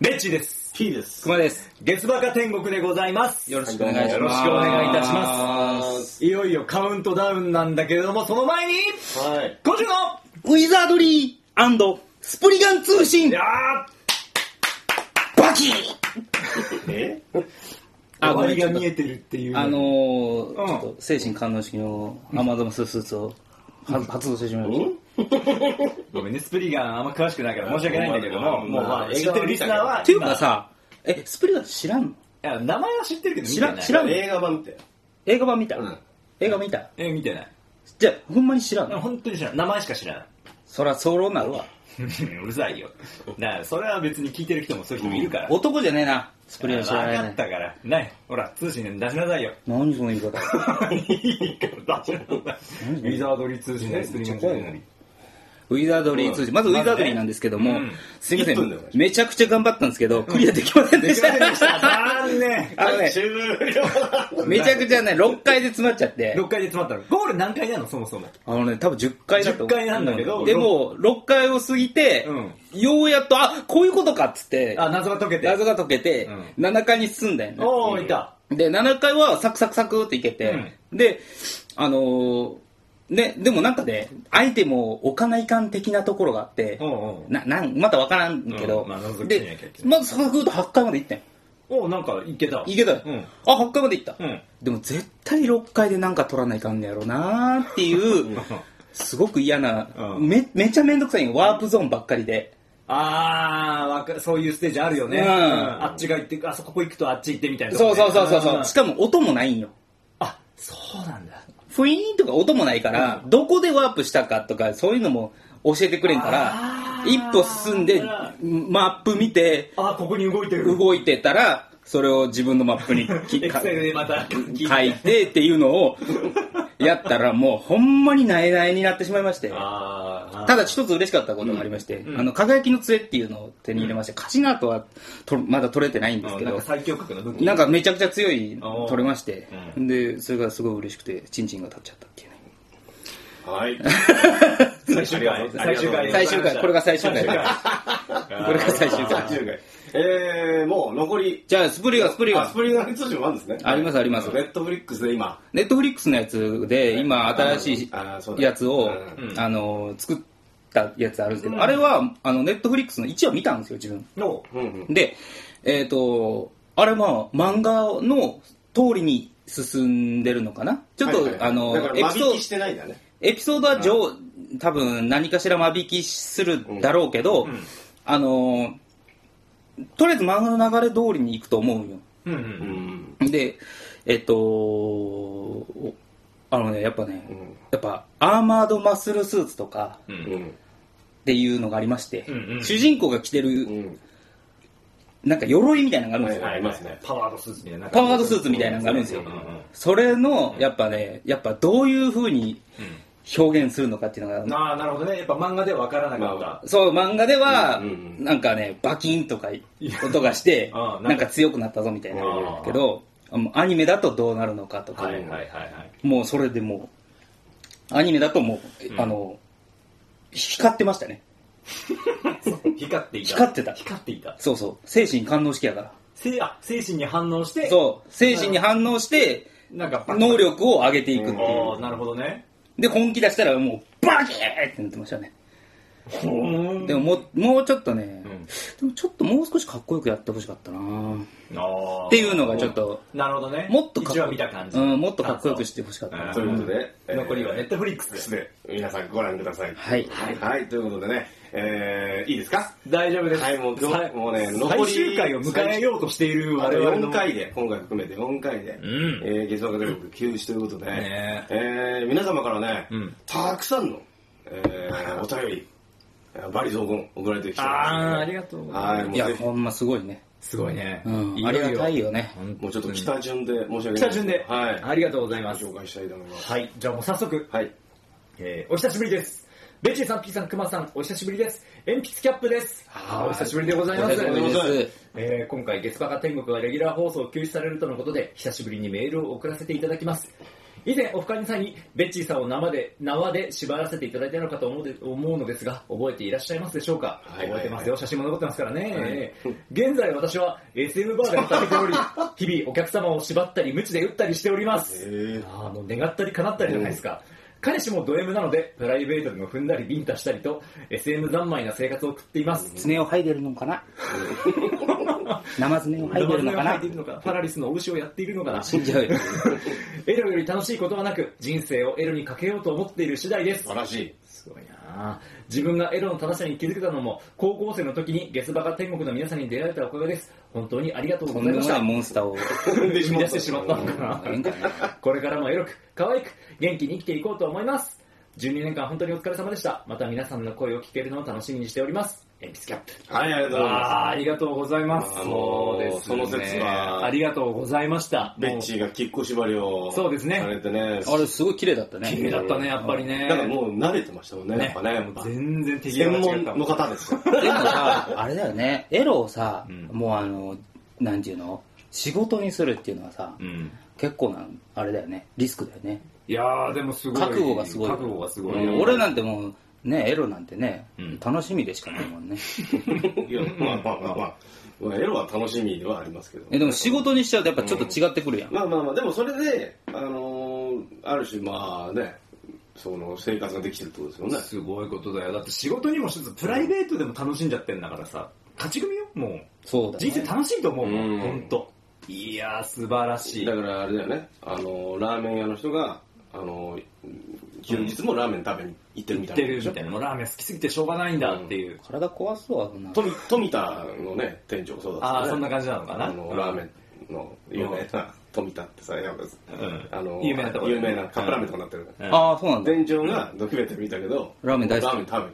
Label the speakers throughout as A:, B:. A: レッチーです。
B: P です。
C: 熊です。
A: 月バカ天国でございます。
C: よろしくお願いします。
A: よろしくお願いいたし
C: ます。
A: いよいよカウントダウンなんだけれども、その前に、
B: はい。
A: 今週の
D: ウィザードリースプリガン通信
A: いや
D: バキ
B: え
A: ー
C: あ、
A: 終
C: ご
A: わ
C: め
A: り
C: ん、ち
A: が
C: ょっと
A: 見えてるっていう。
C: あのー、
A: うん
C: ちょっと精神感動式のアマゾンスースーツをは発動してしまいまし
A: ごめんね、スプリガンあんま詳しくないから申し訳ないんだけども、
B: ま
A: も
B: あ
A: う
B: まあ
A: まあ知ってるリスナーは、
C: た。っていうかさ、え、スプリガン知らんの
A: 今、いや名前は知ってるけど見て
C: 知
A: ない
C: ら。知らんの
B: 映画版って。
C: 映画版見た、
B: うん
C: 映画見た
A: え、見てない。
C: じゃあ、ほんまに知らんの
A: 本当に知らん。名前しか知らない。
C: そら、そうなるわ。
A: うるさいよ。だから、それは別に聞いてる人もそういう人もいるから。
C: 男じゃねえな、スプリガン知ら
A: 分
C: ない
A: かっ
C: ね。
A: たから。ない。ほら、通信で出しなさいよ。
C: 何その言い方。
A: いいから出しなさい。ウィザードリー通信でスプリング
B: めっちゃ怖いね
C: ウィザードリー通信、まずウィザードリーなんですけども、
A: うん
C: すいませ
B: 一分だよ
C: ん、めちゃくちゃ頑張ったんですけど、クリアできませんでした。
A: 残念。
C: あのね、
B: 終了
C: めちゃくちゃね、6回で詰まっちゃって、
A: 6回で詰まったの。ゴール何回なのそもそも。
C: あのね、多分10回だと思う
A: 10回なんだけど
C: うでも、6回を過ぎて、
A: うん
C: ようやっと、あ、こういうことかっつって、
A: あ、謎が解けて。
C: 謎が解けて、
A: う
C: 7回に進んだよね。
A: おー、いた。
C: で、7回はサクサクサクっていけて、で、あのーね、でもなんかね、アイテムを置かないかん的なところがあって、
A: おうおう
C: な、なん、またわからんけど、
A: うんまあ覗きには行
C: で
A: けって、
C: まずサクサクと8回までいったよ。
A: おうなんかいけた。
C: いけたよ、
A: うん
C: あ、8回までいった。
A: うん
C: でも絶対6回でなんか取らないかんねやろなーっ ていう、すごく嫌な、
A: うん
C: め、めちゃめんどくさいよワープゾーンばっかりで。
A: あーわか、そういうステージあるよね。
C: うん
A: あっちが行って、あそこ行くとあっち行ってみたいなとこ
C: そ
A: ね。
C: うそうそうそうそう。
A: ん
C: しかも音もないんよ。
A: あ、そうなんだ。
C: フィーンとか音もないから、どこでワープしたかとか、そういうのも教えてくれんから
A: あ、ー
C: 一歩進んで、マップ見て、
A: あ、ここに動いてる。
C: 動いてたら、それを自分のマップに
A: エクセルでまた聞いて
C: 書いてっていうのをやったらもうほんまになえなえになってしまいまして
A: あー
C: ただ一つ嬉しかったことがありまして、あの輝きの杖っていうのを手に入れまして、カシナートはとまだ取れてないんですけ
A: なん
C: ど
A: か最強格の武器。
C: なんかめちゃくちゃ強い
A: おー
C: 取れまして、
A: う
C: でそれがすごい嬉しくてチンチンが立っちゃったっていうね
B: はい。
A: 最終回。
B: あ
A: 最
B: りがと
A: 終
B: うござい
A: 回。
B: ま
C: 最終回これが最終回これが最終回
B: 最終回。えー、もう残り。
C: じゃあスプリガスプリ
B: あ、
C: ガ
B: スプリガン通信もあるんですね。
C: ありますあります
B: ネットフリックスで今。
C: ネットフリックスのやつで今新しい
B: あーそうだ
C: やつを
B: う
C: あの作ったやつあるんですけどあれはあのネットフリックスの1話見たんですよ自分
A: の、
B: うんうん。
C: で、えっ、と、あれまあ、漫画の通りに進んでるのかなちょっと、
B: はいはいはい
C: あの
B: だから、
C: エ
B: 間
C: ピソ
B: 引き
C: ー
B: してないんだね。
C: ド、エピソードは上、多分何かしら間引きするだろうけど、あの、とりあえず漫画の流れ通りに行くと思うよ。
A: うんう。
B: うんん。
C: で、えっ、と、あのね、やっぱね、
B: ん
C: やっぱ、アーマードマッスルスーツとか
A: う
B: うんん。
C: っていうのがありまして、
A: んうん
C: 主人公が着て
B: う
C: る、
B: ん。
C: なんか鎧みたいなのがあるんですよ。
B: はいありますね
A: パワードスーツみたいな。
C: パワードスーツみたいなのがあるんですよ。それの、やっぱね、やっぱどういう風に表現するのかっていうのが、
A: ああ、なるほどね。やっぱ漫画では分からなかっ
B: ま
A: た。
C: そう、漫画では
B: うんうん、うん
C: なんかね、バキンとか音がして
A: あ、ーなんか
C: なんか強くなったぞみたいな
B: あ
A: ー。
C: けど、もうアニメだとどうなるのかとか
A: は、いはいはいはい。
C: もうそれでもう、アニメだともう、あの、光ってましたね。
A: 光っていた。
C: 光ってた
A: 光っていた。
C: そうそう。精神感動式やから。
A: せあ精神に反応して、
C: そう。精神に反応して、
A: なんか、
C: 能力を上げていくってい
A: ああ、なるほどね。
C: う。で、本気出したらもう、バキーってなってましたね。でももうもうちょっとね、でもちょっともう少しかっこよくやってほしかったな
A: ああ
C: っていうのがちょっと、
A: なるほどね。
C: もっとかっ
A: 一
C: こ
A: 話見た感じ。
C: うん、もっとかっこよくしてほしかった
A: う
C: なん
B: ということで、えー
A: 残りはネットフリックス
B: で
A: ですす。
B: ね。皆さんご覧ください。
C: はい
B: はい。はいということでね、えー、いいですか
A: 大丈夫です。
B: はいもう今日
A: さ
B: もうね残り
A: 最終回を迎えようとしている
B: あ
A: 我
B: れ
A: 々の。
B: 4回で、今回含めて4回
A: ん
B: で、えー、月曜日で休止ということで、
A: ね
B: えー、皆様からね、
A: うん
B: たくさんの、えー、お便り、えーバリ増言送られてきて
A: ああ、ありがとうございます。
B: はい、もう
C: いや、
B: ぜひ
C: ほんますごいね。
A: すごいね。
C: うん
A: いよ
C: あ
A: い
C: り
A: よ
C: がたいよね。
B: もうちょっと北順で申し訳ない。
A: 北順で、
B: はい。
A: ありがとうございます。
B: 紹介したいと思います。
A: はい、じゃあもう早速、
B: はい。
A: えーお久しぶりです。ベッチーさん、ピーさん、クマさん、お久しぶりです。鉛筆キャップです。あーお久しぶりでございます。
C: お久しぶりです
A: えー今回、月バカ天国はレギュラー放送を休止されるとのことで、久しぶりにメールを送らせていただきます。以前オフ会の際にベッチーさんを生で縄で縛らせていただいたのかと思うで思うのですが覚えていらっしゃいますでしょうか、
B: はいはいはい
A: 覚えてますよ写真も残ってますからね、現在私は SM バーで働いており日々お客様を縛ったり無知で打ったりしております
B: へえ
A: ああもう願ったり叶ったりじゃないですか、彼氏もド M なのでプライベートでも踏んだりビンタしたりと SM 三昧な生活を送っています、
C: 爪を剥いでるのかな
A: ラバズネを履い
C: 生爪を剥いでるのかな
A: ているのかパラリスのお牛をやっているの かな
C: 死んじゃうよ。
A: エロより楽しいことはなく人生をエロにかけようと思っている次第です
B: 素晴らしい。
A: すごいなあ自分がエロの正しさに気づけたのも高校生の時にゲスバカ天国の皆さんに出会えたおかげです本当にありがとう
C: と
A: ござ
C: んで
A: いま
C: も
A: し
C: ない
A: た
C: モンスター を。
A: 出してしまったのか
C: ええんかな
A: なこれからもエロく可愛く元気に生きていこうと思います12年間本当にお疲れ様でしたまた皆さんの声を聞けるのを楽しみにしております鉛筆キャップ
B: はい、ありがとうござい
A: あー
B: ま
A: ありがとうございます
B: す。あのーその説
A: あ
B: は、
A: りがとうございました。
B: ベッチーがキッコ縛りを
A: そうですね
B: されてね。
C: あれ、すごい綺麗だった
A: もう綺麗
C: ね。
A: だったね、やっぱりね。
B: なんかもう慣れてましたもんね、やっぱね。
A: もう全然敵
B: 専
A: が違
B: 門
A: ったもん
B: の方ですよ。
C: でもさ、あれだよね、エロをさ、もうあの、なんていうの仕事にするっていうのはさ、
A: うん
C: 結構な、あれだよね、リスクだよね。
A: いやー、でもすごい。
C: 覚悟がすごい。
A: 覚悟がすごい。
C: うん俺なんてもう、ね、エロなんてね、
A: うん
C: 楽しみでしかないもんね。
B: いや、まあまあまあまあまあ。エロは楽しみではありますけど。
C: えでも仕事にしちゃうとやっぱちょっと違ってくるやん。
B: まあまあまあ、でもそれで、あのー、ある種まあね、その生活ができてるってことですよね。
A: すごいことだよ。だって仕事にもしつつ、プライベートでも楽しんじゃってんだからさ、勝ち組よ、もう。
C: そうだ、ね。
A: 人生楽しいと思うも、
B: うんん
A: ほんと。いやー、素晴らしい
B: だ。からあれだよね、あのラーメン屋の人が、あの休日もラーメン食べに行ってるみ
A: 言
B: た
A: っ
B: い
A: て
B: な。
A: るみたいな。もうラーメン好きすぎてしょうがないんだっていう。
C: 体壊すわ、そんな。
B: 富富田のね、店長そうだった
A: あー、そんな感じなのかな。
B: あのラーメンの有名な富田ってさ、やっぱ
A: ん
B: あの
A: 有名なとこ
B: 有名なカップラーメンとかになってるから、
A: うん
C: ああ、そうなんだ。
B: 店長がドキュメンタリー見たけど、
C: ラーメン大好き
B: ラーメン食
C: あ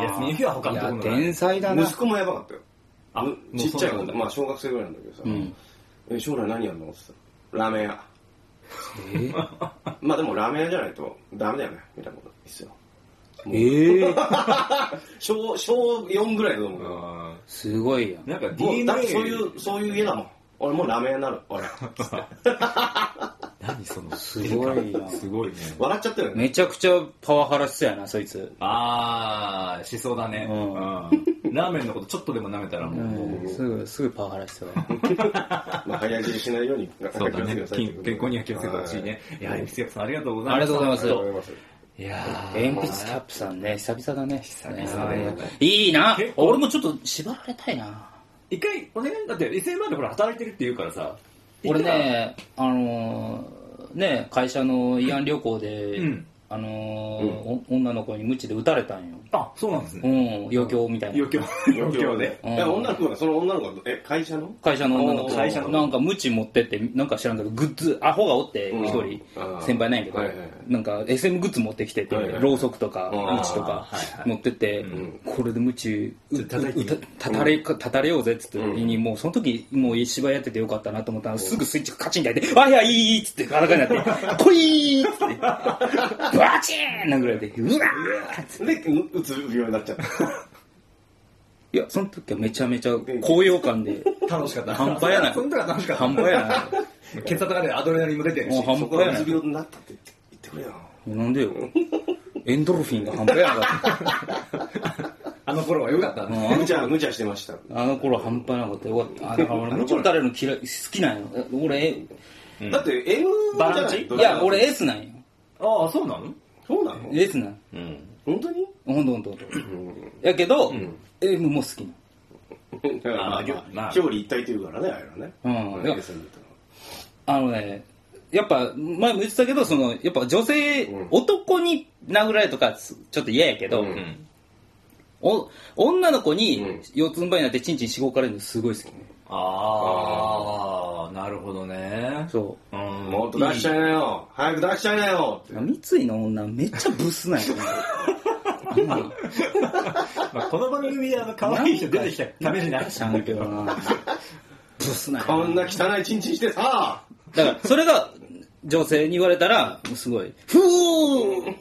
C: あ。
A: 休みの日は他のところ
C: い
A: の
C: や、天才だ
B: べる
C: な。
B: 息子もやばかったよ。
A: あ
B: む
A: もう
B: ちっちゃ
A: そうな
B: い子
A: んだ
B: まあ小学生ぐらいなんだけどさ、
C: うん。
B: え将来何やるのって言ったらラーメン 屋。まあでもラーメン屋じゃないとダメだよね、みたいなことですよ。
C: ええ
B: 小、小4ぐらいだと思うけど
A: うん
C: すごいやん。
A: なんか
B: もう
A: DNA
B: だってそういう、そういう家だもん。俺もうラーメン屋になる。 俺。
A: 何その
C: すごいな
A: すごいね
B: 笑っちゃったよね。
C: めちゃくちゃパワハラしそうやな、そいつ。
A: ああしそうだね、
C: う
A: うんんラーメンのことちょっとでも舐めたらもう、
C: うん、すぐ、すぐパワハラしそうや。
B: まあ、早死にしないように、
A: そうだね
B: 気をつけてくださいってことで
A: 健康には気をつけてほしい。ね、い、や鉛筆屋さんありがとうございます
C: ありがとうございます
B: ありがとうござい
A: いやー
C: 鉛筆キャップさんね、久々だね。久
A: 々だよね
C: いいな
A: 結構
C: 俺もちょっと縛られたいな。
A: 一回お願いだって SMA でほら働いてるって言うからさ
C: 俺ね、あのー、ね、会社の慰安旅行で、
A: うん
C: あのーお女の子に無知で撃たれたんよ。
A: あそうなんです
C: う
A: ね
C: ん、余興みたいな
A: 余。興
B: ます。
A: 余興で
B: いや女の子が、その女の子が、え、会社の
C: 会社の女の子
B: おー会社の
C: なんか無知持ってってなんか知らんけどグッズアホがおって
B: うん
C: 一人
B: あー
C: 先輩ないけど
B: はいはいはい
C: なんか SM グッズ持ってきてて
B: はいはいはい
C: ろうそくとか
B: あー
C: 無知とか
A: はいはい
C: 持ってって
B: ん
C: これで無知うた
A: 叩いてみる
C: たたれかたたれようぜっつった時に
B: う
C: もうその時もう芝居やっててよかったなと思ったらすぐスイッチカチンって開いて「あいやいい!」っつって裸になって「こい!」っつってバチーン殴られて「うわー!」
B: で、うつ病になっちゃった。
C: いやその時はめちゃめちゃ高揚感 で
A: 楽しかった
C: 半端やない
A: そんなの楽しかった
C: 半端やない
A: 血圧がねアドレナリンも出てる
C: も
A: し
C: う半
B: そ
C: 端
B: こ
C: や
B: が
C: な
B: う
C: い
B: つ病になったって言ってくれよ。
C: なんでよ。エンドルフィンが半端やなかった。
A: あの頃は良かったね、
B: 無茶、無茶してました。
C: あの頃半端なかったよかった。あだから俺、もちろん誰の嫌い、好きなんよ。俺、
B: だって、M じゃ
A: バラン
B: な
A: チ
B: い
C: いや、俺、S なんよ。
A: ああそうなの
B: そうなの
C: S なん。
A: うん
B: 本当に
C: ほんとほんとほんと。やけど、M も好きな
B: だからまあ、
A: まあまあ
B: 表裏一体というからね、あれはね。
C: うん
B: まあ SM ってのは
C: あのね、やっぱ、前も言ってたけど、その、やっぱ女性、
B: うん
C: 男に殴られるとか、ちょっと嫌やけど、
B: うん
A: ん
C: お女の子
B: うん
C: に四つん這いになってチンチンしごかれるのすごい好きね。
A: ああなるほどね
C: そう
A: うん
B: もっと出しちゃいなよ早く出しちゃいなよ
C: う。三井の女めっちゃブスなん よね。
A: まあ、この番組であの可愛い人出てきた試しにな
C: 知らんけ どな。ブスなんよ
B: こんな汚いチンチンしてさ
C: だから、それが女性に言われたら、すごい、ふうー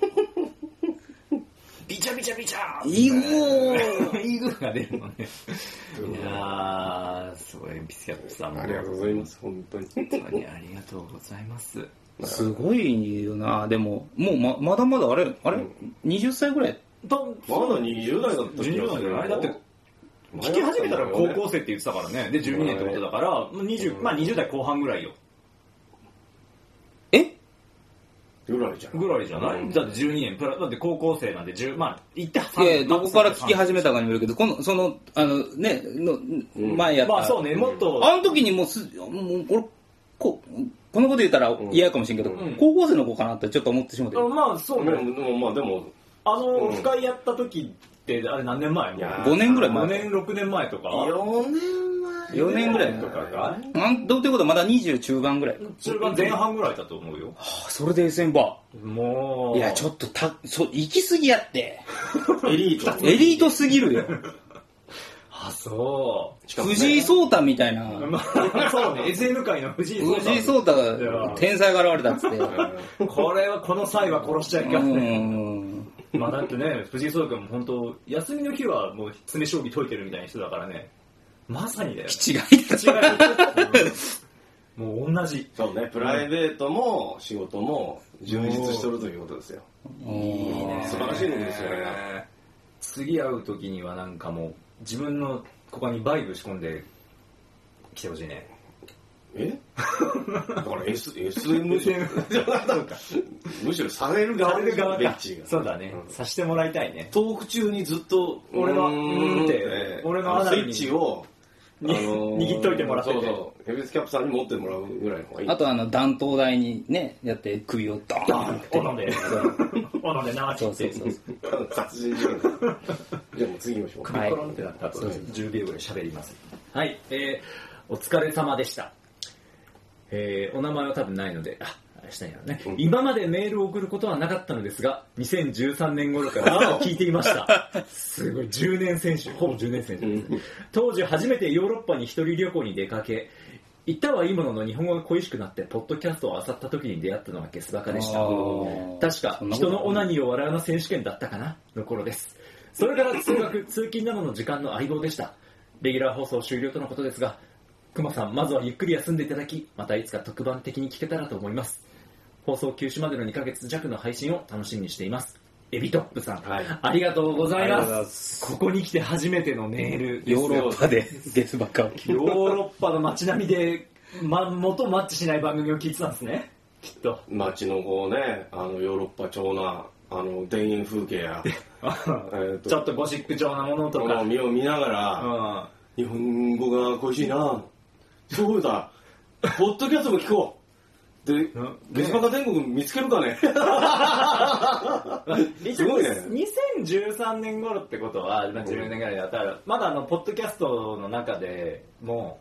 A: ビチャビチャビチャ
C: いぐー
A: イグが出るのね。いやー、すごい。鉛筆キャップさんも
B: ありがとうございます、本当に。
A: 本当にありがとうございます
C: すごいよな。でも、もうままだまだあれ、あれ、?20 歳ぐらい
A: と
B: まだ20代だった気がする
A: 20代だよねだって聞き始めたら高校生って言ってたからねで12年ってことだから、まあ 20, まあ、20代後半ぐらいよ
C: え
B: ぐらいじゃん。
A: ぐらいじゃない、
B: うん
A: だって12年プラだって高校生なんで10まあ言って
C: いや、どこから聞き始めたかにもよるけど、この、その、あの、ね、の、前やった。
A: まあそうねもっと、
C: あの時にもうす、もう俺、ここのこと言ったら嫌かもしれんけど、
A: うん
C: 高校生の子かなってちょっと思ってしまって、
A: まあそう
B: で
A: ね
B: も、でもまあでも、
A: あの、
B: うん
A: オフ会やった時ってあれ何年前
B: いや
C: 5年ぐらい
A: 5
C: 前。
A: 年6年前とか
B: 4年前
C: 4年ぐらい
A: とかが
C: なんどうってことはまだ20中盤ぐらい。
A: 中盤前半ぐらいだと思うよ
C: あそれで SN バ
A: も
C: ー。
A: う
C: いや、ちょっとた、そう、行き過ぎやって。
B: エリート。
C: エリートすぎるよ。
A: あそ
B: しかもね
C: 藤井聡太みたいうな。
A: まあそうね SM 界の藤井聡
C: 藤井
A: 太
C: 聡太が天才が現れたっつって。
A: これはこの際は殺しちゃいか
C: うんんう
A: ね
C: んうん。
A: まあだってね、藤井聡太君も本当、休みの日はもう詰将棋解いてるみたいな人だからね、まさにだよ。
C: 違いだ
A: 違うもう同じ。
B: そうね、プライベートも仕事も充実しとるということですよ。
C: い
B: 素晴らしいことですよね。
A: 次会う時にはなんかもう、自分のここにバイブ仕込んで来てほしいね。
B: え だから S、SM じゃん。むしろされる側
A: される側
B: ベ
A: か
B: ッチーが。
A: そうだね。さしてもらいたいね。
B: トーク中にずっと
A: 俺の
B: う
A: うーんって
B: えー
A: 俺のアナ
B: スイ
A: ルに
B: ッチを
A: に握っといてもらってて
B: そうそうヘビスキャップさんに持ってもらうぐらいの方がいい
C: あとあの、弾頭台にね、やって首をドーンって。
A: おので、おのでなー
C: そ
A: っ
C: うそ
A: て
C: うそう。
B: 殺 人事件じゃあもう次行きましょう
A: 首コロンってなった後、10秒ぐらい喋ります。はい、えー、お疲れ様でした。えー、お名前は多分ないので、あ、あれしたいんやろね、今までメールを送ることはなかったのですが、2013年頃から聞いていました。すごい、10年選手、ほぼ10年選手ですね。当時初めてヨーロッパに一人旅行に出かけ、行ったはいいものの日本語が恋しくなって、ポッドキャストを漁った時に出会ったのがゲスバカでした
C: あ。ー
A: 確か
C: そん、なこと
A: 人のオナニーを笑うの選手権だったかなの頃です。それから通学、 通勤などの時間の相棒でした。レギュラー放送終了とのことですが、熊さん、まずはゆっくり休んでいただき、またいつか特番的に聞けたらと思います。放送休止までの2ヶ月弱の配信を楽しみにしています。エビトップさん、
B: はい
A: ありがとうござい
B: ありがとうござい
A: ま。
B: ます
A: ここに来て初めてのメールです
C: ヨーロッパでゲスばっかを聞
A: ヨーロッパの街並みで、ま、元マッチしない番組を聞いてたんですね。きっと。
B: 街のこうねあのヨーロッパ調なあの田園風景やーと
A: ちょっとゴシック調なも のと
B: こ
A: か
B: の。身を見ながら、
A: うん
B: 日本語が恋しいなそうだポッドキャストも聞こうで
A: ん
B: ゲスバカ天国見つけるか ねすごいね
A: 2013年頃ってことは、まあ、10年ぐらいだったら、まだあの、ポッドキャストの中でも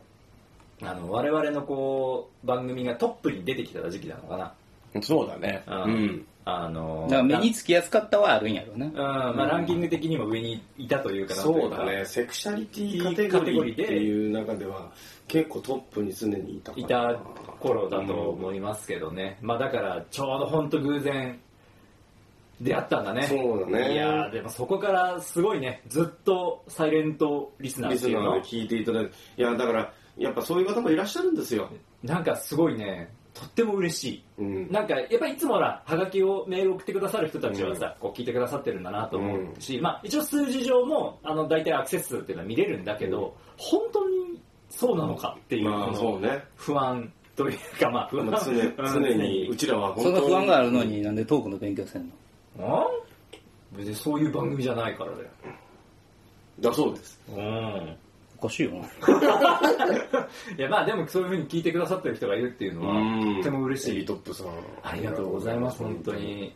A: う、あの、我々のこう、番組がトップに出てきてた時期なのかな。
B: そうだねうん
A: あの
C: く。だから目につきやすかったはあるんやろうな
A: うん、。まあランキング的にも上にいたというかなんとい
B: そう
A: か
B: だ。ね、セクシャリティ
A: カ
B: カ
A: テ
B: テ
A: ゴリー
B: ゴリーっていう中では、結構トップに常にいたか
A: い
B: ら
A: た頃だと思いますけどね。まあだから、ちょうど本当偶然、出会ったんだね。
B: そうだね
A: いやーでもそこからすごいね、ずっとサイレントリスナー
B: リ
A: って
B: ス
A: いう
B: ナ
A: の
B: ーで聞いていただいて、いや、だから、やっぱそういう方もいらっしゃるんですよ。
A: なんかすごいね、とっても嬉しい。
B: うん
A: なんか、やっぱりいつもほら、はがきをメール送ってくださる人たちはさ、こう聞いてくださってるんだなと思うし、まあ一応数字上も、あの、大体アクセス数っていうのは見れるんだけど、本当にそうなのかっていう、
B: まあ、そうね。
A: 不安というか、まあ不安
B: まあ、常常に、うちらは本
C: そん
B: 当に。
C: な不安があるのになんでトークの勉強せんの
A: あ別にそういう番組じゃないからだよ。
B: だそうです。
A: うん。
C: おかしいよな。
A: いや、まあでもそういうふうに聞いてくださってる人がいるっていうのは、とても嬉し
B: エリ
A: い
B: トッ。プさん。
A: ありがとうございます、本当。に。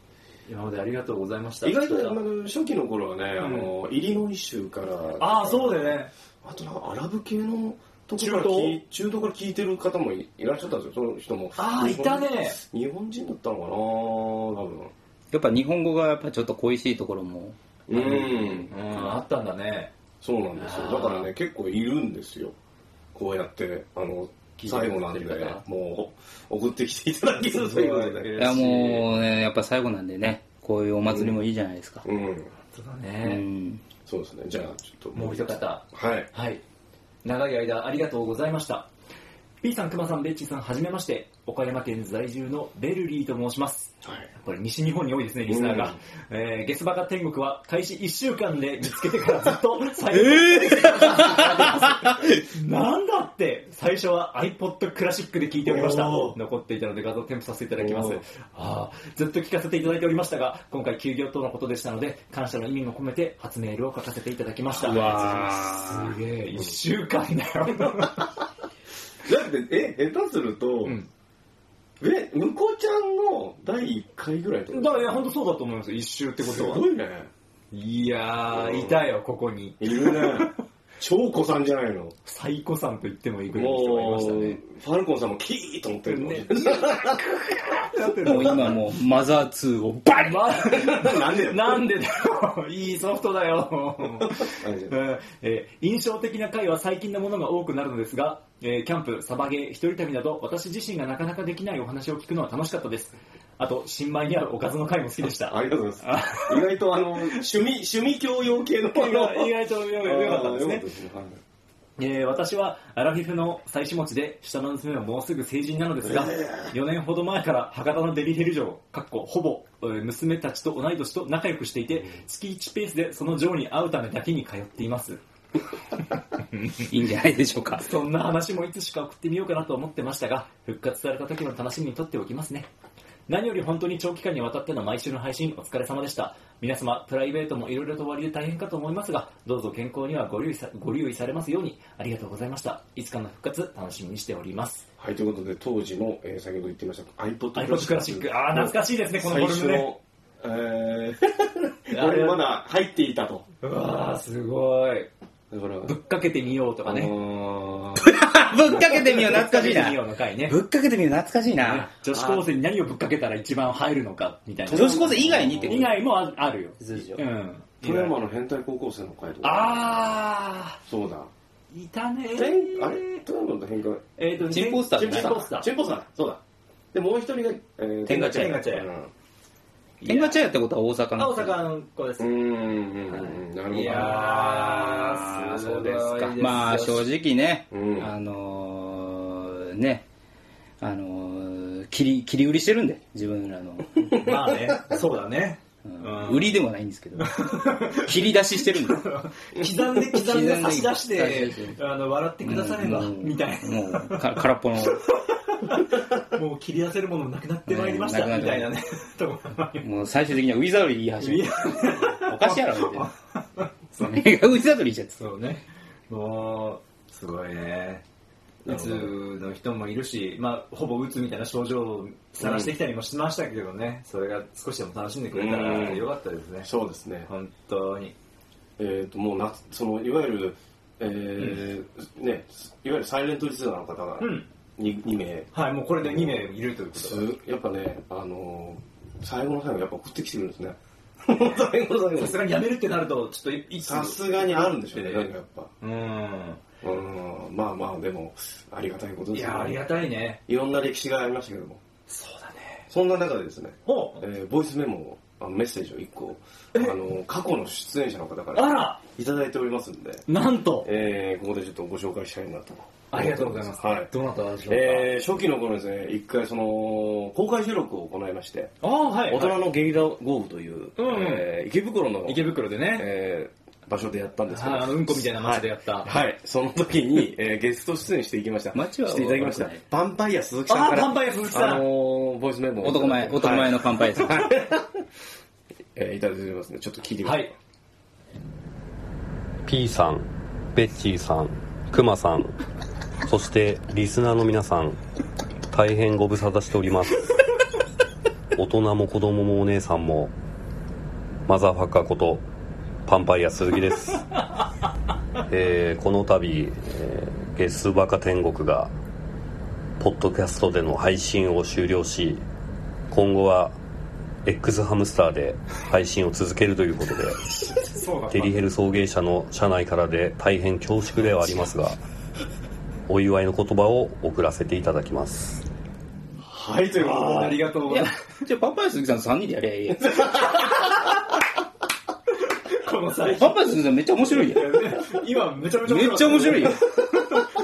A: 今までありがとうございました。
B: 意外とあの初期の頃はね、あの、イリノイ州から、
A: ああ、そうだよね。
B: あとなんかアラブ系のとこから
A: 中東
B: 聞い中東から聞いてる方もいいらっしゃったんですよ、その人も。
A: あーいたね。
B: 日本人だったのかな多
C: やっぱ日本語がやっぱちょっと恋しいところも。
B: 分。うん。
A: うん、あったんだね。
B: そうなんですよ。だからね、結構いるんですよ。こうやって、あの、
A: 聞いて
B: 最後なんで
A: くれてる方、
B: もう、送ってきていただけるということで。
C: いやもうね、やっぱ最後なんでね、こういうお祭りもいいじゃないですか。
B: うん。
A: そうだ
C: う
A: ね。
C: ん。
B: そうですね。じゃあ、ちょっと。
A: もう一。方。
B: はい。
A: はい。長い間ありがとうございました P さん、熊さん、ベッチーさん、はじめまして。岡山県在住のベルリーと申します。これ西日本に多いですね、リスナーが。えー、ゲスバカ天国は開始1週間で見つけてからずっと最後 なんだって最初は iPod クラシックで聞いておりました。
B: おー
A: 残っていたので画像添付させていただきます
B: おー。
A: ああ、ずっと聞かせていただいておりましたが、今回休業等のことでしたので、感謝の意味も込めて初メールを書かせていただきました。
C: わ
A: すげえ、1週間だよ。
B: だって、え、下手すると、
A: うん
B: え、向こうちゃんの第1回ぐらいってこと
A: だから、本当そうだと思いますよ一周ってこ
B: す
A: とは。
B: ごいね。
A: いやー、いたよ、ここに。
B: いるね。超子さんじゃないの。
A: サイコさんと言ってもいいぐらいの人がいま
B: もう、
A: したね。
B: ファルコンさんもキーと思ってるの。
A: ね
C: もう今もうマザー2をバリ
B: なんで
A: なんでだよ、いいソフトだよ。うん えー印象的な回は最近のものが多くなるのですが、えーキャンプ、サバゲー、一人旅など私自身がなかなかできないお話を聞くのは楽しかったです。あと、新米に合うおかずの回も好きでした。
B: ありがとうございます。意外とあの、趣味、趣味教養系の。
A: 意外意外と良か良かったです
B: あー良
A: ね
B: か。ですねはい
A: えー私はアラフィフの妻子持ちで下の娘はもうすぐ成人なのですが、4年ほど前から博多のデリヘル城かっこほぼ、えー娘たちと同い年と仲良くしていて月1ペースでその城に会うためだけに通っています
C: いいんじゃないでしょうか
A: そんな話もいつしか送ってみようかなと思ってましたが復活された時の楽しみにとっておきますね何より本当に長期間にわたっての毎週の配信お疲れ様でした皆様プライベートもいろいろと終わりで大変かと思いますがどうぞ健康にはご留意さご留意されますようにありがとうございましたいつかの復活楽しみにしております
B: はい、ということで、当時の、えー先ほど言ってました iPod
A: iPod クラシックああ懐かしいですねこの
B: 最
A: ボリュー
B: 初
A: ムね
B: の、え ー俺まだ入っていたと。
A: うわーすごい
B: だから、
A: ぶっかけてみようとかね
B: あ
C: ぶっかけてみよう懐かしい
A: ぶっかけてみよ
C: な
A: うの回ね
C: ぶっかけてみよう懐かしいな
A: 女子高生に何をぶっかけたら一番入るのかみたいな
C: 女子高生以外にって
A: 以外もああるよ
C: そうでしょ
A: うん
B: ー富山の変態高校生の会とか。
A: あ
B: そうだ。
A: ーいたね
B: てんあれ富山の変態。
A: えーと
C: チンポスター
A: チ
C: じ
A: ン
C: ゃ
A: ポ
C: ない
A: スターチ
B: チンポさん、そうだ。で、もう一人が、えー、
C: 天下茶屋
B: 天下茶屋。
C: 天下茶屋ってことは大阪
A: ンあ
C: の
A: 大阪の子です
B: うーん、うん、なるほど。
A: いやーすごいですか
C: まあ正直ね、
B: うん
C: あのーね、あのー切り、切り売りしてるんで、自分らの。
A: まあねそうだね
C: うん売りではないんですけ ど、切り出ししてるんで。
A: 刻んで刻んで差し出し
C: 刻んで
A: て
C: 差し出して
A: あの笑ってくだされば
C: もう
A: みたい
C: もう、か空っぽの。
A: なもう切り 出せるものもなくなってまいりました
C: うんな
A: み
C: くな
A: た
C: っ
A: い
C: て
A: なねとこ
C: もう最終的にはウィザードリー言い始
A: い
C: め
A: や
C: た。おかしいやろ、みたいな。ウィザードリーじゃ
A: そうねもうすごいねうつの人もいるし、まあ、ほぼうつみたいな症状を探してきたりもしましたけどね、それが少しでも楽しんでくれたら
B: うん
A: よかったですね、
B: そうですね。
A: 本当に。
B: えっ、と、もうな、その、いわゆる、えーね、いわゆるサイレントリスナーの方が
A: うん
B: に2名、
A: はい、もうこれで2名いるということです
B: やっぱね、あのー最後の最後やっぱ送ってきてるんですね。最後の最後
A: さすがにやめるってなると、ちょっといつ
B: さすがにあるんでしょうね、なんかやっぱ。
A: うん。
B: うん、まあまあ、でも、ありがたいことで
A: い
B: すよ
A: や、ありがたいね。
B: いろんな歴史がありましたけども。
A: そうだね。
B: そんな中でですね、
A: お
B: えーボイスメモを、あのメッセージを1個、あの、過去の出演者の方か
A: あ
B: ら
A: ら
B: いただいておりますんで、
A: なんと
B: えーここでちょっとご紹介したいなと。
A: ありがとうございます。
B: はい。
A: どなたでしょうか、
B: えー初期の頃ですね、一回その、公開収録を行いまして、
A: ああ、はい。
B: 大人のゲリラ豪雨という、
A: うんうん
B: えー池袋の、
A: 池袋でね、
B: えー場所でやったんですけど、
A: はいあのうんこみたいな街でやった
B: はい、はいその 時に、えーゲスト出演していきました。
C: 街は
B: していただきました。
C: 悪く
B: バンパイア鈴木さんから、
A: あーバンパイア鈴木さん
B: あのーボイスメモを
C: ん。男前、男前の
B: はい
C: 乾杯です。
B: えーいただいておりますね。ちょっと聞いてみま
A: は
B: す。
A: い。
E: P さん、ベッチーさん、クマさん、そしてリスナーの皆さん、大変ご無沙汰しております。大人も子供もお姉さんも、マザーファッカーこと、パンパイア鈴木です。えーこの度、えーゲスバカ天国が、ポッドキャストでの配信を終了し、今後は、X ハムスターで配信を続けるということで、
A: そうだ
E: デリヘル送迎車の車内からで大変恐縮ではありますがお祝いの言葉を送らせていただきます
B: はい、というこ
A: あ
B: と
A: ーあり、
B: で
A: がとうござ
C: い
A: い
C: や
A: ます。、
C: じゃあパンパイア鈴木さんと3人でやりゃいいや。
A: この際。
C: パンパイア鈴木さんめっちゃ面白いやん。
A: 今、めちゃめちゃ
C: めっちゃ面白い
A: よ
C: よ。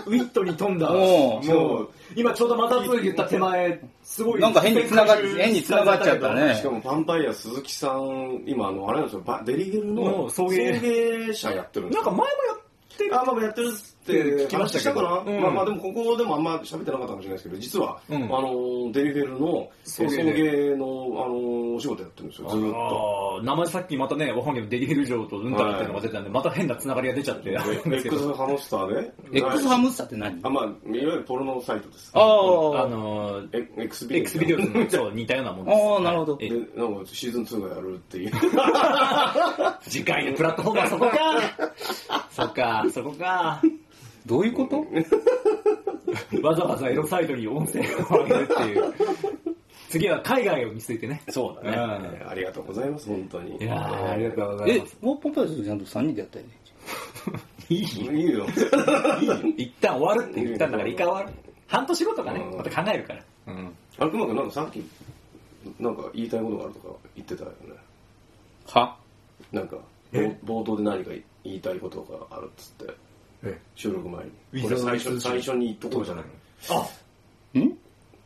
A: ウィットに富んだ
C: おう
A: もう今ちょうどまたつ言った手前すごい
C: なんか変に 繋がっ変に繋がっちゃったね
B: しかも、ヴァンパイア鈴木さん、今、あの、あれなんですよ、バデリゲル
A: うん
B: の
A: 送
B: 送
A: 迎
B: 迎車やってるんです
A: なんか前
B: よ。
A: もやってる
B: あ、まあ、やってるって聞きましたけど、
A: 話したかな
B: まあまあ、でも、ここでもあんま喋ってなかったかもしれないですけど、実は、
A: うん
B: あの、デリゲルの
A: 送
B: 送
A: 迎
B: 迎
A: で
B: の、あの、お仕事やってるんですよ、ずーっと。
A: あー名前さっきまたね、わかんないけどデリヘル城とうんたらっていうのが出たんで、また変なつながりが出ちゃって、あれなんですけ
B: X
A: ど
B: ハムスターで。
C: X ハムスターって何
B: あ、まあ、いわゆるポルノサイトです。
C: あ
A: あ
C: あ、
A: のー、
B: え X ビデオ。
A: X ビデオとのそう似たようなもんです。
C: あーなるほど
A: はい
B: で
A: え
B: なんかシーズン2がやるっていう。
A: 次回のプラットフォームはそ こかそっか、そこか。
C: どういうこと
A: わざわざエロサイトに音声を上げるっていう。次は海外を見据えてね。
B: そう
A: だね
B: ありがとうございます、本当に。
A: いやー、ありがとうござい
C: え
A: ます。、
C: もうポンパイズちゃんと3人でやったよね。
A: いい
B: いい よ。
A: 一旦終わるって言ったんだから、一回終わる。半年後とかね、また考えるから。うん。
B: 悪魔君なんかさっき、なんか言いたいことがあるとか言ってたよね。
C: は
B: なんか、冒冒頭で何か言いたいことがあるっつって、収録前に。これ最初最初に言っとこうじゃない
A: あ、
C: ん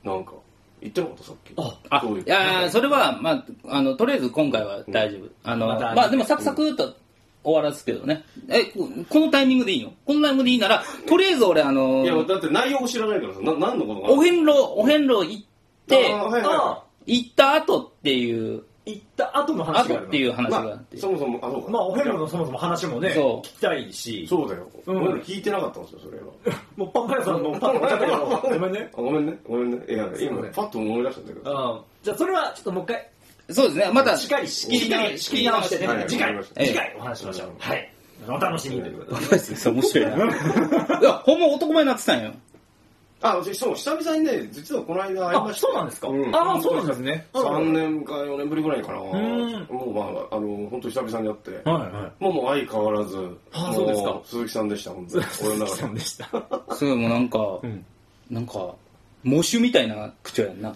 B: なんか、言ってなかったさっき。
C: あ、
B: どうい
C: い
B: う
C: やーそれは、まあ、あの、とりあえず今回は大丈夫。あの、
A: また
C: まあでもサクサクっと終わらすけどね。え、ここのタイミングでいいのこのタイミングでいいなら、とりあえず俺、あの
B: いや、、だって内容も知らないからさ、な何のことがある
C: お遍路、お遍路行って、
B: あはい
A: あ
B: は、
C: 行った後っていう、
A: 行った後の話
C: 後
A: があ
C: っ
A: る
C: ていう話
B: い。ま
C: があっ
B: あ、
C: て。
B: そもそも、あ、そうか。
A: まあ、お遍路のそもそも話もね、
C: そ
A: 聞
C: う
A: きたいし、
B: そうだよ。
A: うん
B: 俺ら聞いてなかったんですよ、それは。
A: もうパンパン屋さんのパンパンちゃったけど、 ごめんね
B: あ。ごめんね、ごめんね。いや、今
A: ね、
B: パッと思い出したんだけど。
A: うんじゃあ、それはちょっともう一回、
C: そうですね、また、
A: しっかり仕切り直仕切り直してね、
B: はい
A: 次回
B: はい、
A: 次回お話しましょう。はい。お楽しみにということで。
C: そう面白いな。いや、ほんま男前になってたんよ。
B: あ、私、そう、久々にね、実はこの間会いま
A: あ、
B: した。
A: そうなんですか
B: うん
A: あ、そうなんですね。
B: 3年か4年ぶりぐらいかな。
A: ん
B: もう、まあ、あの、本当久々に会って。
A: はいはい。
B: もう、もう相変わらず、
A: あそうですか
B: も鈴木さんでした、本当に。俺の中で。
A: でした。
C: すごいもうなんか、
A: ん
C: なんか、喪主みたいな口調やんな。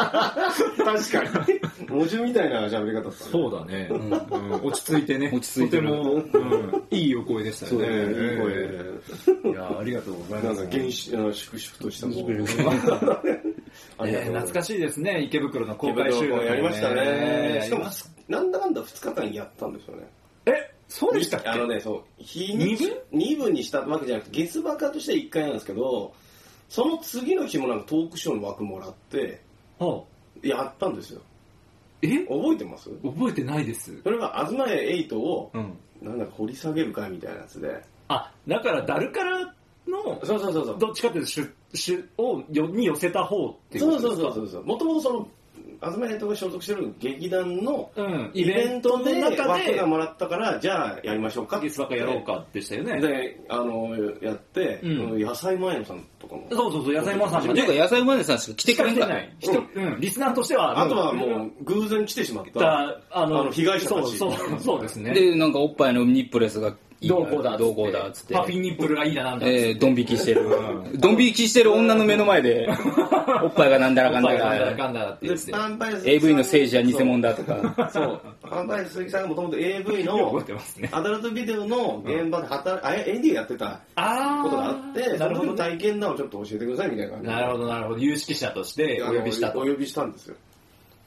B: 確かに。 文字みたいな喋り方だったね。
A: そうだね。うん落ち着いてね。
C: 落ち着いて
A: とて
C: る
A: も、うんいいお声でしたよ
B: ね
A: ね。
B: いい声で
A: ええいや、ありがとうござい
B: な
A: ま
B: んか、
A: す。
B: 原始、あの粛々とした。もうありが
A: ええ
B: とうございま
A: 懐
B: す
A: かしいですね、池袋の公
B: 公開
A: 開
B: 収
A: 収録
B: 録
A: も。
B: やりましたね。
A: や
B: し
A: り
B: か
A: ま
B: も
A: した、
B: なんだかんだ2日間やったんですよね。
A: え、そうでしたっけ
B: あのね、そう、日
A: 二
B: に
A: 分
B: 二分にしたわけじゃなくて、月バカとして1回なんですけど、その次の日もなんかトークショーの枠もらって、
A: はあ
B: やったんですよ。
A: え
B: 覚えてます
A: 覚えてないです。
B: それが、東屋8を、
A: ん。
B: なんだか掘り下げる会みたいなやつで。
A: あ、だから、ダルカラの、
B: そうそうそうそう。
A: どっちかっていうと、しゅしゅをよに寄せた方っていう
B: そ
A: こと
B: うそ
A: で
B: う
A: す
B: そう
A: か。
B: そうそう。もともとその、東屋8が所属してる劇団の、
A: うん、イ
B: イ
A: ベ
B: ベ
A: ン
B: ン
A: ト
B: ト
A: の
B: で
A: 中
B: 枠
A: で
B: が、もらったから、じゃあやりましょうかって。
A: 月ばかやろうかでしたよね。
B: で、あの、やって、
A: うん
B: 野菜前野さんとかも。
A: そうそうそう、野菜マンさん
C: と
A: が
C: いう
A: ね、
C: か、野菜マネさんしか来て
A: し
C: く
A: か
C: れ
A: 来
C: ん
A: て
C: か
A: な
C: ら。
A: い。人うん、リスナーとしては、
B: あとはも
A: うん、
B: う、偶然来てしまった。
A: だあ
B: あの被害者たち
A: そうそう、そうですね。
C: で、なんかおっぱいのニップレスがいい
A: どうこうだっつって、
C: どうこうだっつって。
A: パピニップルがいいだなんだっつって。
C: えー、ドン引きしてる。 ドン引きしてる女の目の前で、おっぱいがなんだらかんだ
A: おっぱいがなんだら
C: ら、
A: かんだらって言
B: で
A: っ、て。
B: パンパイ
C: AV の聖者は偽物だとか。
B: そう。そうパンパイ鈴木さんがもともと
A: 覚
B: AV の
A: えてますね。
B: アダルトビデオの現場で働い、あ、エンディーやってた
A: あ
B: ことがあって、
A: な
B: そ
A: る
B: の
A: ほ
B: 時
A: ど
B: の
A: ね。
B: 体験談をちょっと教えてくださいみたいな感じで。
A: なるほど、なるほど。有識者としてお
B: あの
A: 呼びした
B: お
A: と。
B: 呼びしたんですよ。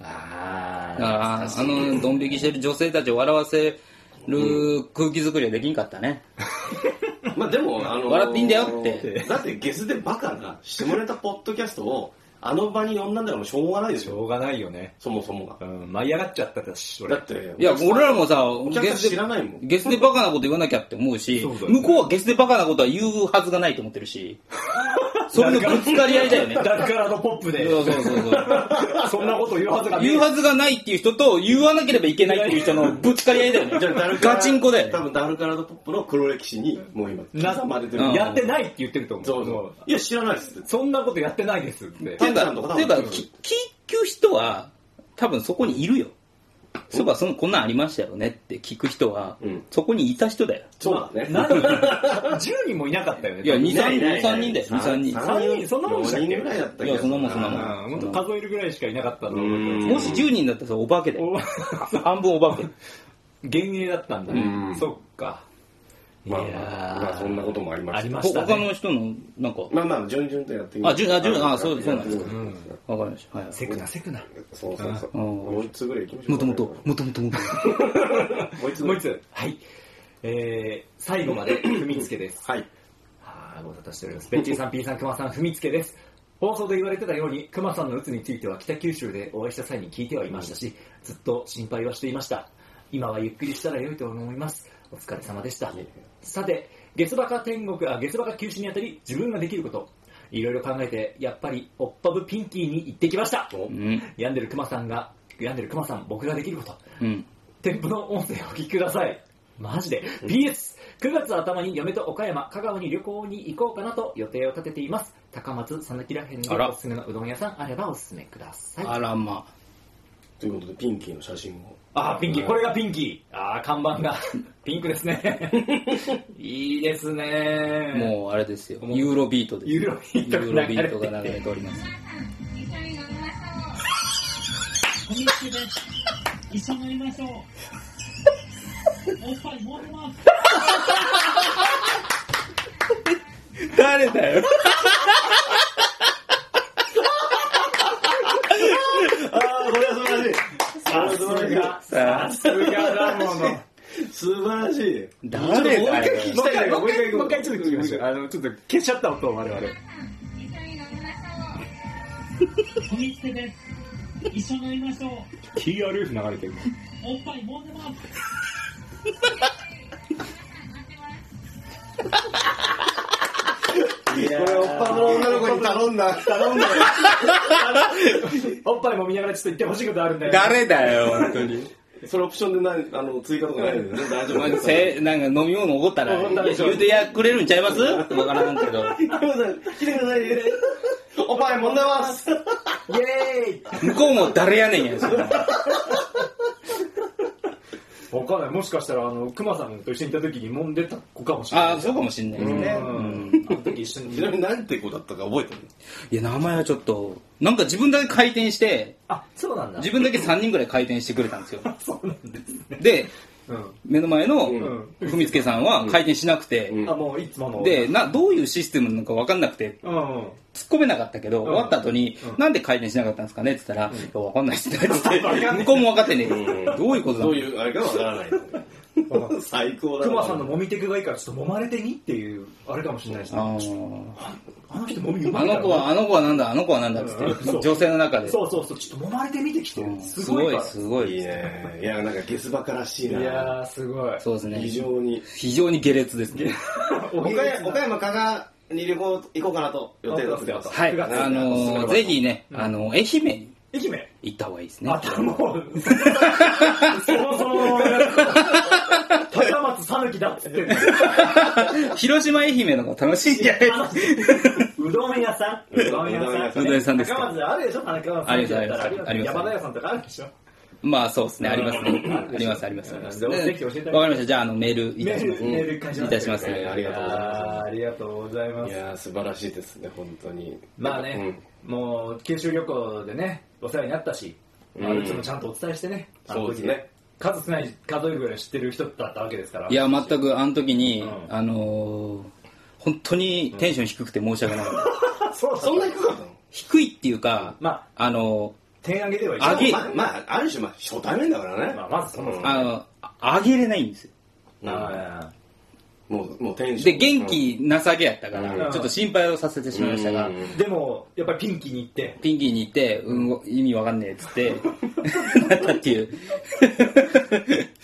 A: あ
C: あーあの、ドン引きしてる女性たちを笑わせる空気作りはできんかったね。
B: まあでも、あの、
C: 笑っていいんだよって。
B: だってゲスでバカな、下ネタポッドキャストを、あの場に呼んだんだからもうしょうがないで
A: し
B: しょ。
A: ょうがないよね。
B: そもそもが。
A: うん、舞い上がっちゃったからし、
B: だ
A: 俺
B: っ。て、
C: いや、俺らもさ、
B: お客
C: ゲ
B: さん
C: ス
B: 知
C: で
B: ら、ないもん。
C: ゲスでバカなこと言わなきゃって思うし、
A: そうだよね
C: 向こうはゲスでバカなことは言うはずがないと思ってるし、それのぶつかり合いだよね。
A: ダルカラのポップで、
C: そうそうそうそう。
A: そんなこと言うはずがねえ
C: 言うはずがないっていう人と、言わなければいけないっていう人のぶつかり合いだよね。
B: じゃあダルカラ
C: ガチンコだよね
B: 多。分ダルカラドポップの黒歴史に、もう今、刻まれて
C: う
B: る
C: ん。
A: やってないって言ってると思う。
B: そう
A: も
B: そう。いや、知らないですって。
A: そんなことやってないです って。
C: ていう
B: テンちゃんとか
C: か、
B: 多
C: てい
B: 分
C: うか、き聞く人は、多分そこにいるよ。そういえば、その、こんなんありましたよねって聞く人は、
B: うん
C: そこにいた人だよ。
B: そうだね。
A: 何人 ?10 人もいなかったよね。
C: いや、2、
B: いないいな
C: 3
B: い
C: 人、3人だよ、2、3人。
A: 三人そんなもんでしたっけ
B: 4人ぐらいだったけど
C: いやそんなもんそんなもん
A: うん、本当数えるぐらいしかいなかったの。
B: うん
C: もし10人だったらそれお化け だよ。半分お化け。
A: 幻影だったんだ
B: う
A: ね。
B: ん
A: そっか。
B: まあ
A: いやー
B: まあそんなこともありました
A: ありまし
C: ほ
A: たね
C: 他の人の、なんか、
B: まあまあ順々とやってみます
C: あ順々あ順々あそうそうなんです
B: う
C: わかりました。はい。
A: セクナセクナ
B: そうそうそう
C: あ
B: もう一つぐらい行きましょ
C: も
B: う
C: と
B: か
C: もと、もともと もと。
B: もう一つ
A: もう一つはいえー、最後まで踏みつけです
B: はい
A: はあ、ご無沙汰しております。ベンチーさん、P さん、熊さん、踏みつけです。放送で言われてたように、熊さんの鬱については北九州でお会いした際に聞いてはいましたし、ずっと心配はしていました。今はゆっくりしたら良いと思います。お疲れ様でした。さて、月バカ天国、あ、月バカ九州にあたり、自分ができること、いろいろ考えて、やっぱり、おっぱぶピンキーに行ってきました。
C: うん。
A: 病んでる熊さんが、病んでる熊さん、僕ができること、
C: うん。
A: 添付の音声をお聞きください。マジで。PS、9月頭に嫁と岡山、香川に旅行に行こうかなと予定を立てています。高松、さぬきら辺に
C: あら
A: おすすめのうどん屋さんあればおすすめください。
C: あらま
B: ということでピンキーの写真を
A: あー、ピンキー。これがピンキー。あー、看板 がピンクですね。いいですね
C: あ。。もうあれですよ。ユーロビートです。
A: ユーロビート
C: ユーロビートが流れております。
F: コミックです。一緒に乗りましょう。おっぱい持ってます。
C: 誰だよ。
B: ああこれは素晴らしい
A: さすが。さすがだもの。
B: 素晴らしい
C: 誰だよ。
A: もう一回、もう一回、もう一回ちょっと聞きましょう。あの、ちょっと消しちゃった音を我々。
F: コミックです。一緒に乗りましょう。
A: TRF 流れてる。
F: おっぱい持ってます。
B: これおっぱの女の子に頼んだ頼んだ
A: おっぱいもみながらちょっと言ってほしいことあるんだよね。
C: 誰だよ、本当に。
B: それオプションでないあの追加とかないので大丈夫 です
C: せなんか飲み物おごったら
A: おごったでしょ
C: 言うてやくれるんちゃいますわからんけど
B: 来てくださいおっぱいもんでます
A: イエーイ
C: 向こうも誰やねんやそれ
A: わかんない。もしかしたら、あの、熊さんと一緒にいた時に揉んでた子かもしれない。
C: ああそうかもしんないですね
A: うん。あの時一緒
B: ち
A: に。
B: なみに何て子だったか覚えてる
C: いや名前はちょっとなんか自分だけ回転して
A: あ、そうなんだ。
C: 自分だけ3人ぐらい回転してくれたんですよ
A: そうなんですね。
C: で
A: うん。
C: 目の前の
A: ん
C: 文けさんは回転しなくて、
B: うん
A: あ、もういつもの。
C: でなどういうシステムなのか分かんなくて
A: うん。うん。
C: 突っ込めなかったけど、終わった後に、なんで回転しなかったんですかねって言ったら、いや分かんないっすねって言って向こうも分かってねえけどどういうことだ
B: どういうあれかわからない 最高だ
A: 熊さんの揉みテクがいいから、ちょっと揉まれてみっていう、あれかもしれないですね。
C: あー
A: あの人揉みうま
C: あ
A: いから
C: の子は、あの子はなんだ、あの子はなんだっつって
A: うんそう、
C: 女性の中で。
A: そうそうそう、ちょっと揉まれてみてきて
C: う。ん
A: す
C: す
A: ご
C: ご
A: い
C: い、
A: か
C: すご
B: いい
C: い。
B: ねいやなんかゲスバカらしい
A: ら。
B: ない
A: やー、すごい。
C: そうですね
B: 非。常に
C: 非常に下劣ですね。
B: 岡山岡山加賀に旅行行こうかなと予定だった
A: あ
C: はい。
A: 9月
C: あのー、ぜひね、あのー、愛媛に
A: 愛媛
C: 行った方がいいですね
A: ま。たもう、 そもそも、高松さぬきだっつってん の
C: 広島愛媛の方が楽しいんじゃないですか。
A: うどん屋さん。うどん屋さん。
C: うどん屋さんですか
A: 高松であるでしょ田中さん。
C: ありますありますあります
A: 山田屋さんとかあるでしょ
C: まあそうですね、ありますね
A: うん。
C: あります、あります。あります
A: じゃあぜひ教えてあげて
C: わかりました。じゃあ、あの、メールい
A: メ
C: たし
A: ー
C: ます
A: ル、。メール返します。
C: いたします
B: ねありがとうござい
A: あー
B: ま
A: ありがとうございます
B: い
A: す。
B: やー素晴らしいですね本当に
A: まあね、もう、九州旅行でね、お世話になったし、
B: うん
A: まあいつもちゃんとお伝えしてね、あの
B: そう
A: 時
B: ですね。
A: 数少ない、数えるぐらい知ってる人だったわけですから。
C: いや、全く、あの時に
A: う、ん
C: あのー、本当にテンション低くて申し訳ない。
A: そう
B: そ
A: そ
B: ん
A: ん
B: な
A: な、
B: 低かったの
C: 低いっていうか、
A: まあ、
C: あの
A: 点上げではい
C: 上げ
B: まあ、まあ、ある種、まあ、初対面だからね。
A: まあ、まずその、
B: うん
C: ー、あの、あ上げれないんですよ。
B: うん
A: あ
B: もう、もうテンショ
C: で、
B: ン。
C: 元気なさげやったか
A: う
C: ら、
A: ん
C: ちょっと心配をさせてしまいましたが
B: うん、
A: ーでも、やっぱりピンキーに行って、
C: ピンキーに行って、うん、意味わかんねえっつって、 なったっていう。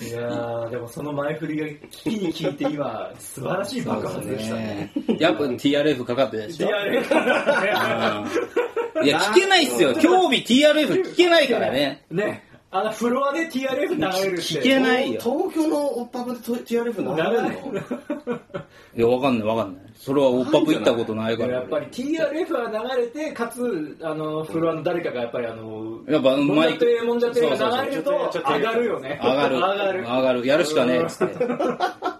A: いやー、でもその前振りが聞きに聞いて今、素晴らしい爆発でしたね。
C: やっぱ TRF かかってたでしょ。
A: リアル感
C: いや、聞けないっすよ。競技 TRF 聞けないからね。
A: ね、あのフロアで TRF 流れるって。
C: 聞けないよ。
B: 東京のおっぱぶで TRF
A: な
B: な
A: ら
B: ら
A: な
B: ないいの
C: いや、わかんないわかんない。それはオッパップ行ったことないか
A: でもや
C: ら
A: っ。ぱり TRF は流れて、かつ、あの、フロアの誰かがやっぱりあの、
C: やっぱ
A: もんじゃ
C: マイク
A: て、もんじゃてが流れると、
B: そうそうそう
A: 上がるよね。
C: 上がる。
A: 上がる。
C: 上がる。やるしかねえっつって。だか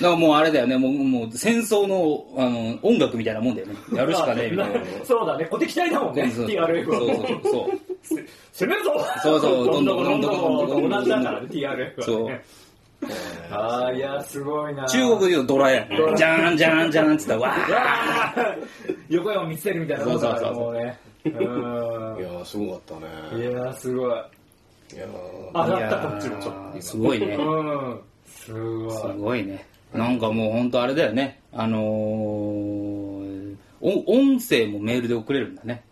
C: らもうあれだよね。もう、もう戦争の、あの、音楽みたいなもんだよね。やるしかねえみ たいな。
A: そうだね、小敵隊だもんね、
C: そう
A: TRF
C: そう
A: は。
C: そうそう。
A: 攻めるぞ
C: そうそう
A: どんどんどんどんどんどん同じだからね、
C: そ
A: TRF は
C: う
A: ね。。あーいやすごいな
C: 中国で言うとドラや
A: ドラ
C: ん。じゃーんじゃーんじゃーんって言ったら、わー
A: あー横山見つけるみたいなことだから
C: そう
A: もうねうん
B: いやーすごかった
A: い
B: ね
A: やーすごい
B: いや
A: 上
B: ー
A: がったこっちもちょっ
C: すごいね。
A: とうんすごい
C: すごいね。なんかもう本当あれだよね。あのー、お音声もメールで送れるんだね。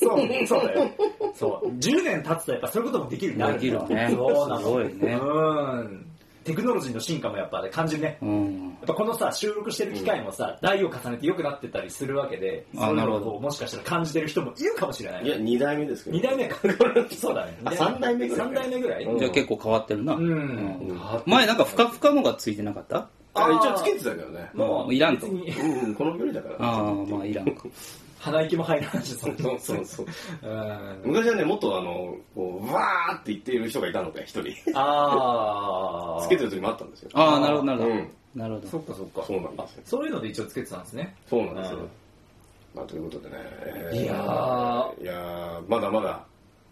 A: そうそうだよそう10年経つとやっぱそういうこともできるようになるんだよ
C: できるね
A: そうなの
C: すごいね
A: うんテクノロジーの進化もやっぱね感じるね
C: うん。
A: やっぱこのさ収録してる機会もさ、代を重ねて良くなってたりするわけでそ
C: あ
A: ういう
C: なる
A: の
C: ほ
A: を
C: ど
A: こうもしかしたら感じてる人もいるかもしれない
B: いや2代目ですけど
A: 2代目かそうだね
B: あ三代目ぐらい
A: 3代目ぐらい、
B: うん
C: じゃあ結構変わってるな。
A: うん
C: うん前なんかふかふかのがついてなかった
B: あ一応つけてたけどね
A: もう
C: いらんと
A: 別に
B: うんうんこの距離だから
C: ああ、まあいらんか。
A: 鼻息も入らんしそんな
B: そうそうそう
A: うん
B: 昔はねもっとあのこうわーって言っている人がいたので一人
A: ああ
B: つけてる時もあったんですよ
C: ああ、なるほど、なるほど。
B: うん
C: なるほ
A: そ
C: ど。
A: っかそっか
B: そうなんですよ
A: そういうので一応つけてたんですね
B: そうなんです
A: う
B: よ
A: ん
B: まあということでね
A: いやー
B: いやーまだまだ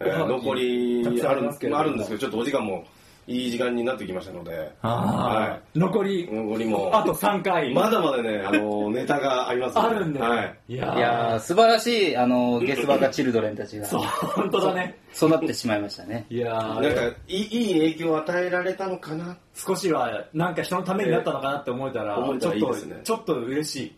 B: えー
A: おはがき
B: 残り
A: たくさん
B: あ
A: あり
B: る
A: ますけれども
B: あるんですけどちょっとお時間もいい時間になってきましたので
A: ああ、
B: はい
A: 残り
B: 残りも
A: あと3回、
B: まだまだねあのネタがありますの
A: あるんで、
B: はい
A: いやー
C: いやー、素晴らしい、あのー、ゲスバカチルドレンたちが、
A: そう本当だね
C: 育ってしまいましたね。
A: いやー
B: なんかい いいい影響を与えられたのかな
A: 少しはなんか人のためになったのかなって思えたら、
B: えー思え
A: ち
B: た
A: ょ
B: ら
A: っ
B: いいです
A: と
B: ね
A: ちょっと嬉しい。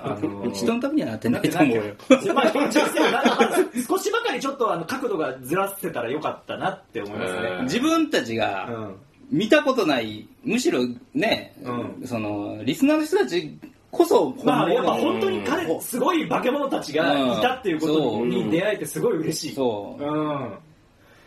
A: あのー
C: 人のためにはなって
A: な
C: なんい
A: て
C: と
A: な
C: 思
A: ん
C: う
A: て
C: よ。
A: まあちょっとなんか少しばかりちょっとあの角度がずらせてたらよかったなって思います
B: えー
A: ね。
C: 自分たち
A: う
C: が
A: ん
C: 見たことない、むしろね、
A: う
C: その、リスナーの人たちこそ本
A: まあや
C: 物
A: っぱ
C: の、
A: 本当に彼すごい化け物たちがいたっていうこと
C: うん
B: そう
A: に出会えてすごい嬉しい。
C: そう
A: う。ん。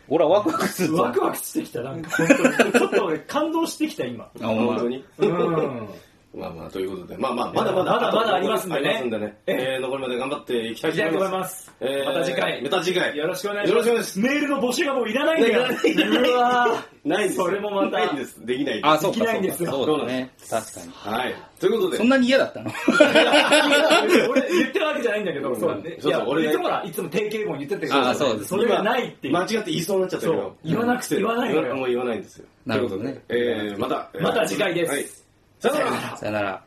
C: 俺はワクワクするぞ。
A: ワクワクしてきたなんか本当にちょっと俺感動してきた今。
C: あ、ほん
B: 本当
C: ま。
B: に
A: うん。
B: まあまあ、ということで、まあまあ、まだまだ、
A: まだまだありますんでね
B: ありまえー残りまで頑張っていきたいと思います。
A: いきたいと思いますまた次回
B: また次回。
A: よろしくお願いし
B: よ
A: ます。
B: ろしくお願いします。
A: メールの募集がもういらないんだよ。
B: いらないう
A: わー
B: ないんですよ
A: それもまた
B: ないんです。できないです。
C: あ、そうか。
A: できないんですよ
C: そうだね。確かに。
B: はい。ということで、
C: そんなに嫌だったの
A: 俺言ってるわけじゃないんだけど、
B: ん
A: そうね。
B: そうそう
A: いや
B: 俺
A: 言
B: が
A: ってもら、いつも定型文言ってたけど、
C: あそうです
A: それがないっていう
B: 間違。って言いそうになっちゃったけ
A: そう
B: ど。
A: 言わなくて言わないのよ
B: もう言わないんですよ。
C: なるほどね
B: ということでえーまた、えー
A: また次回です
B: はいさよなら。
C: さよなら。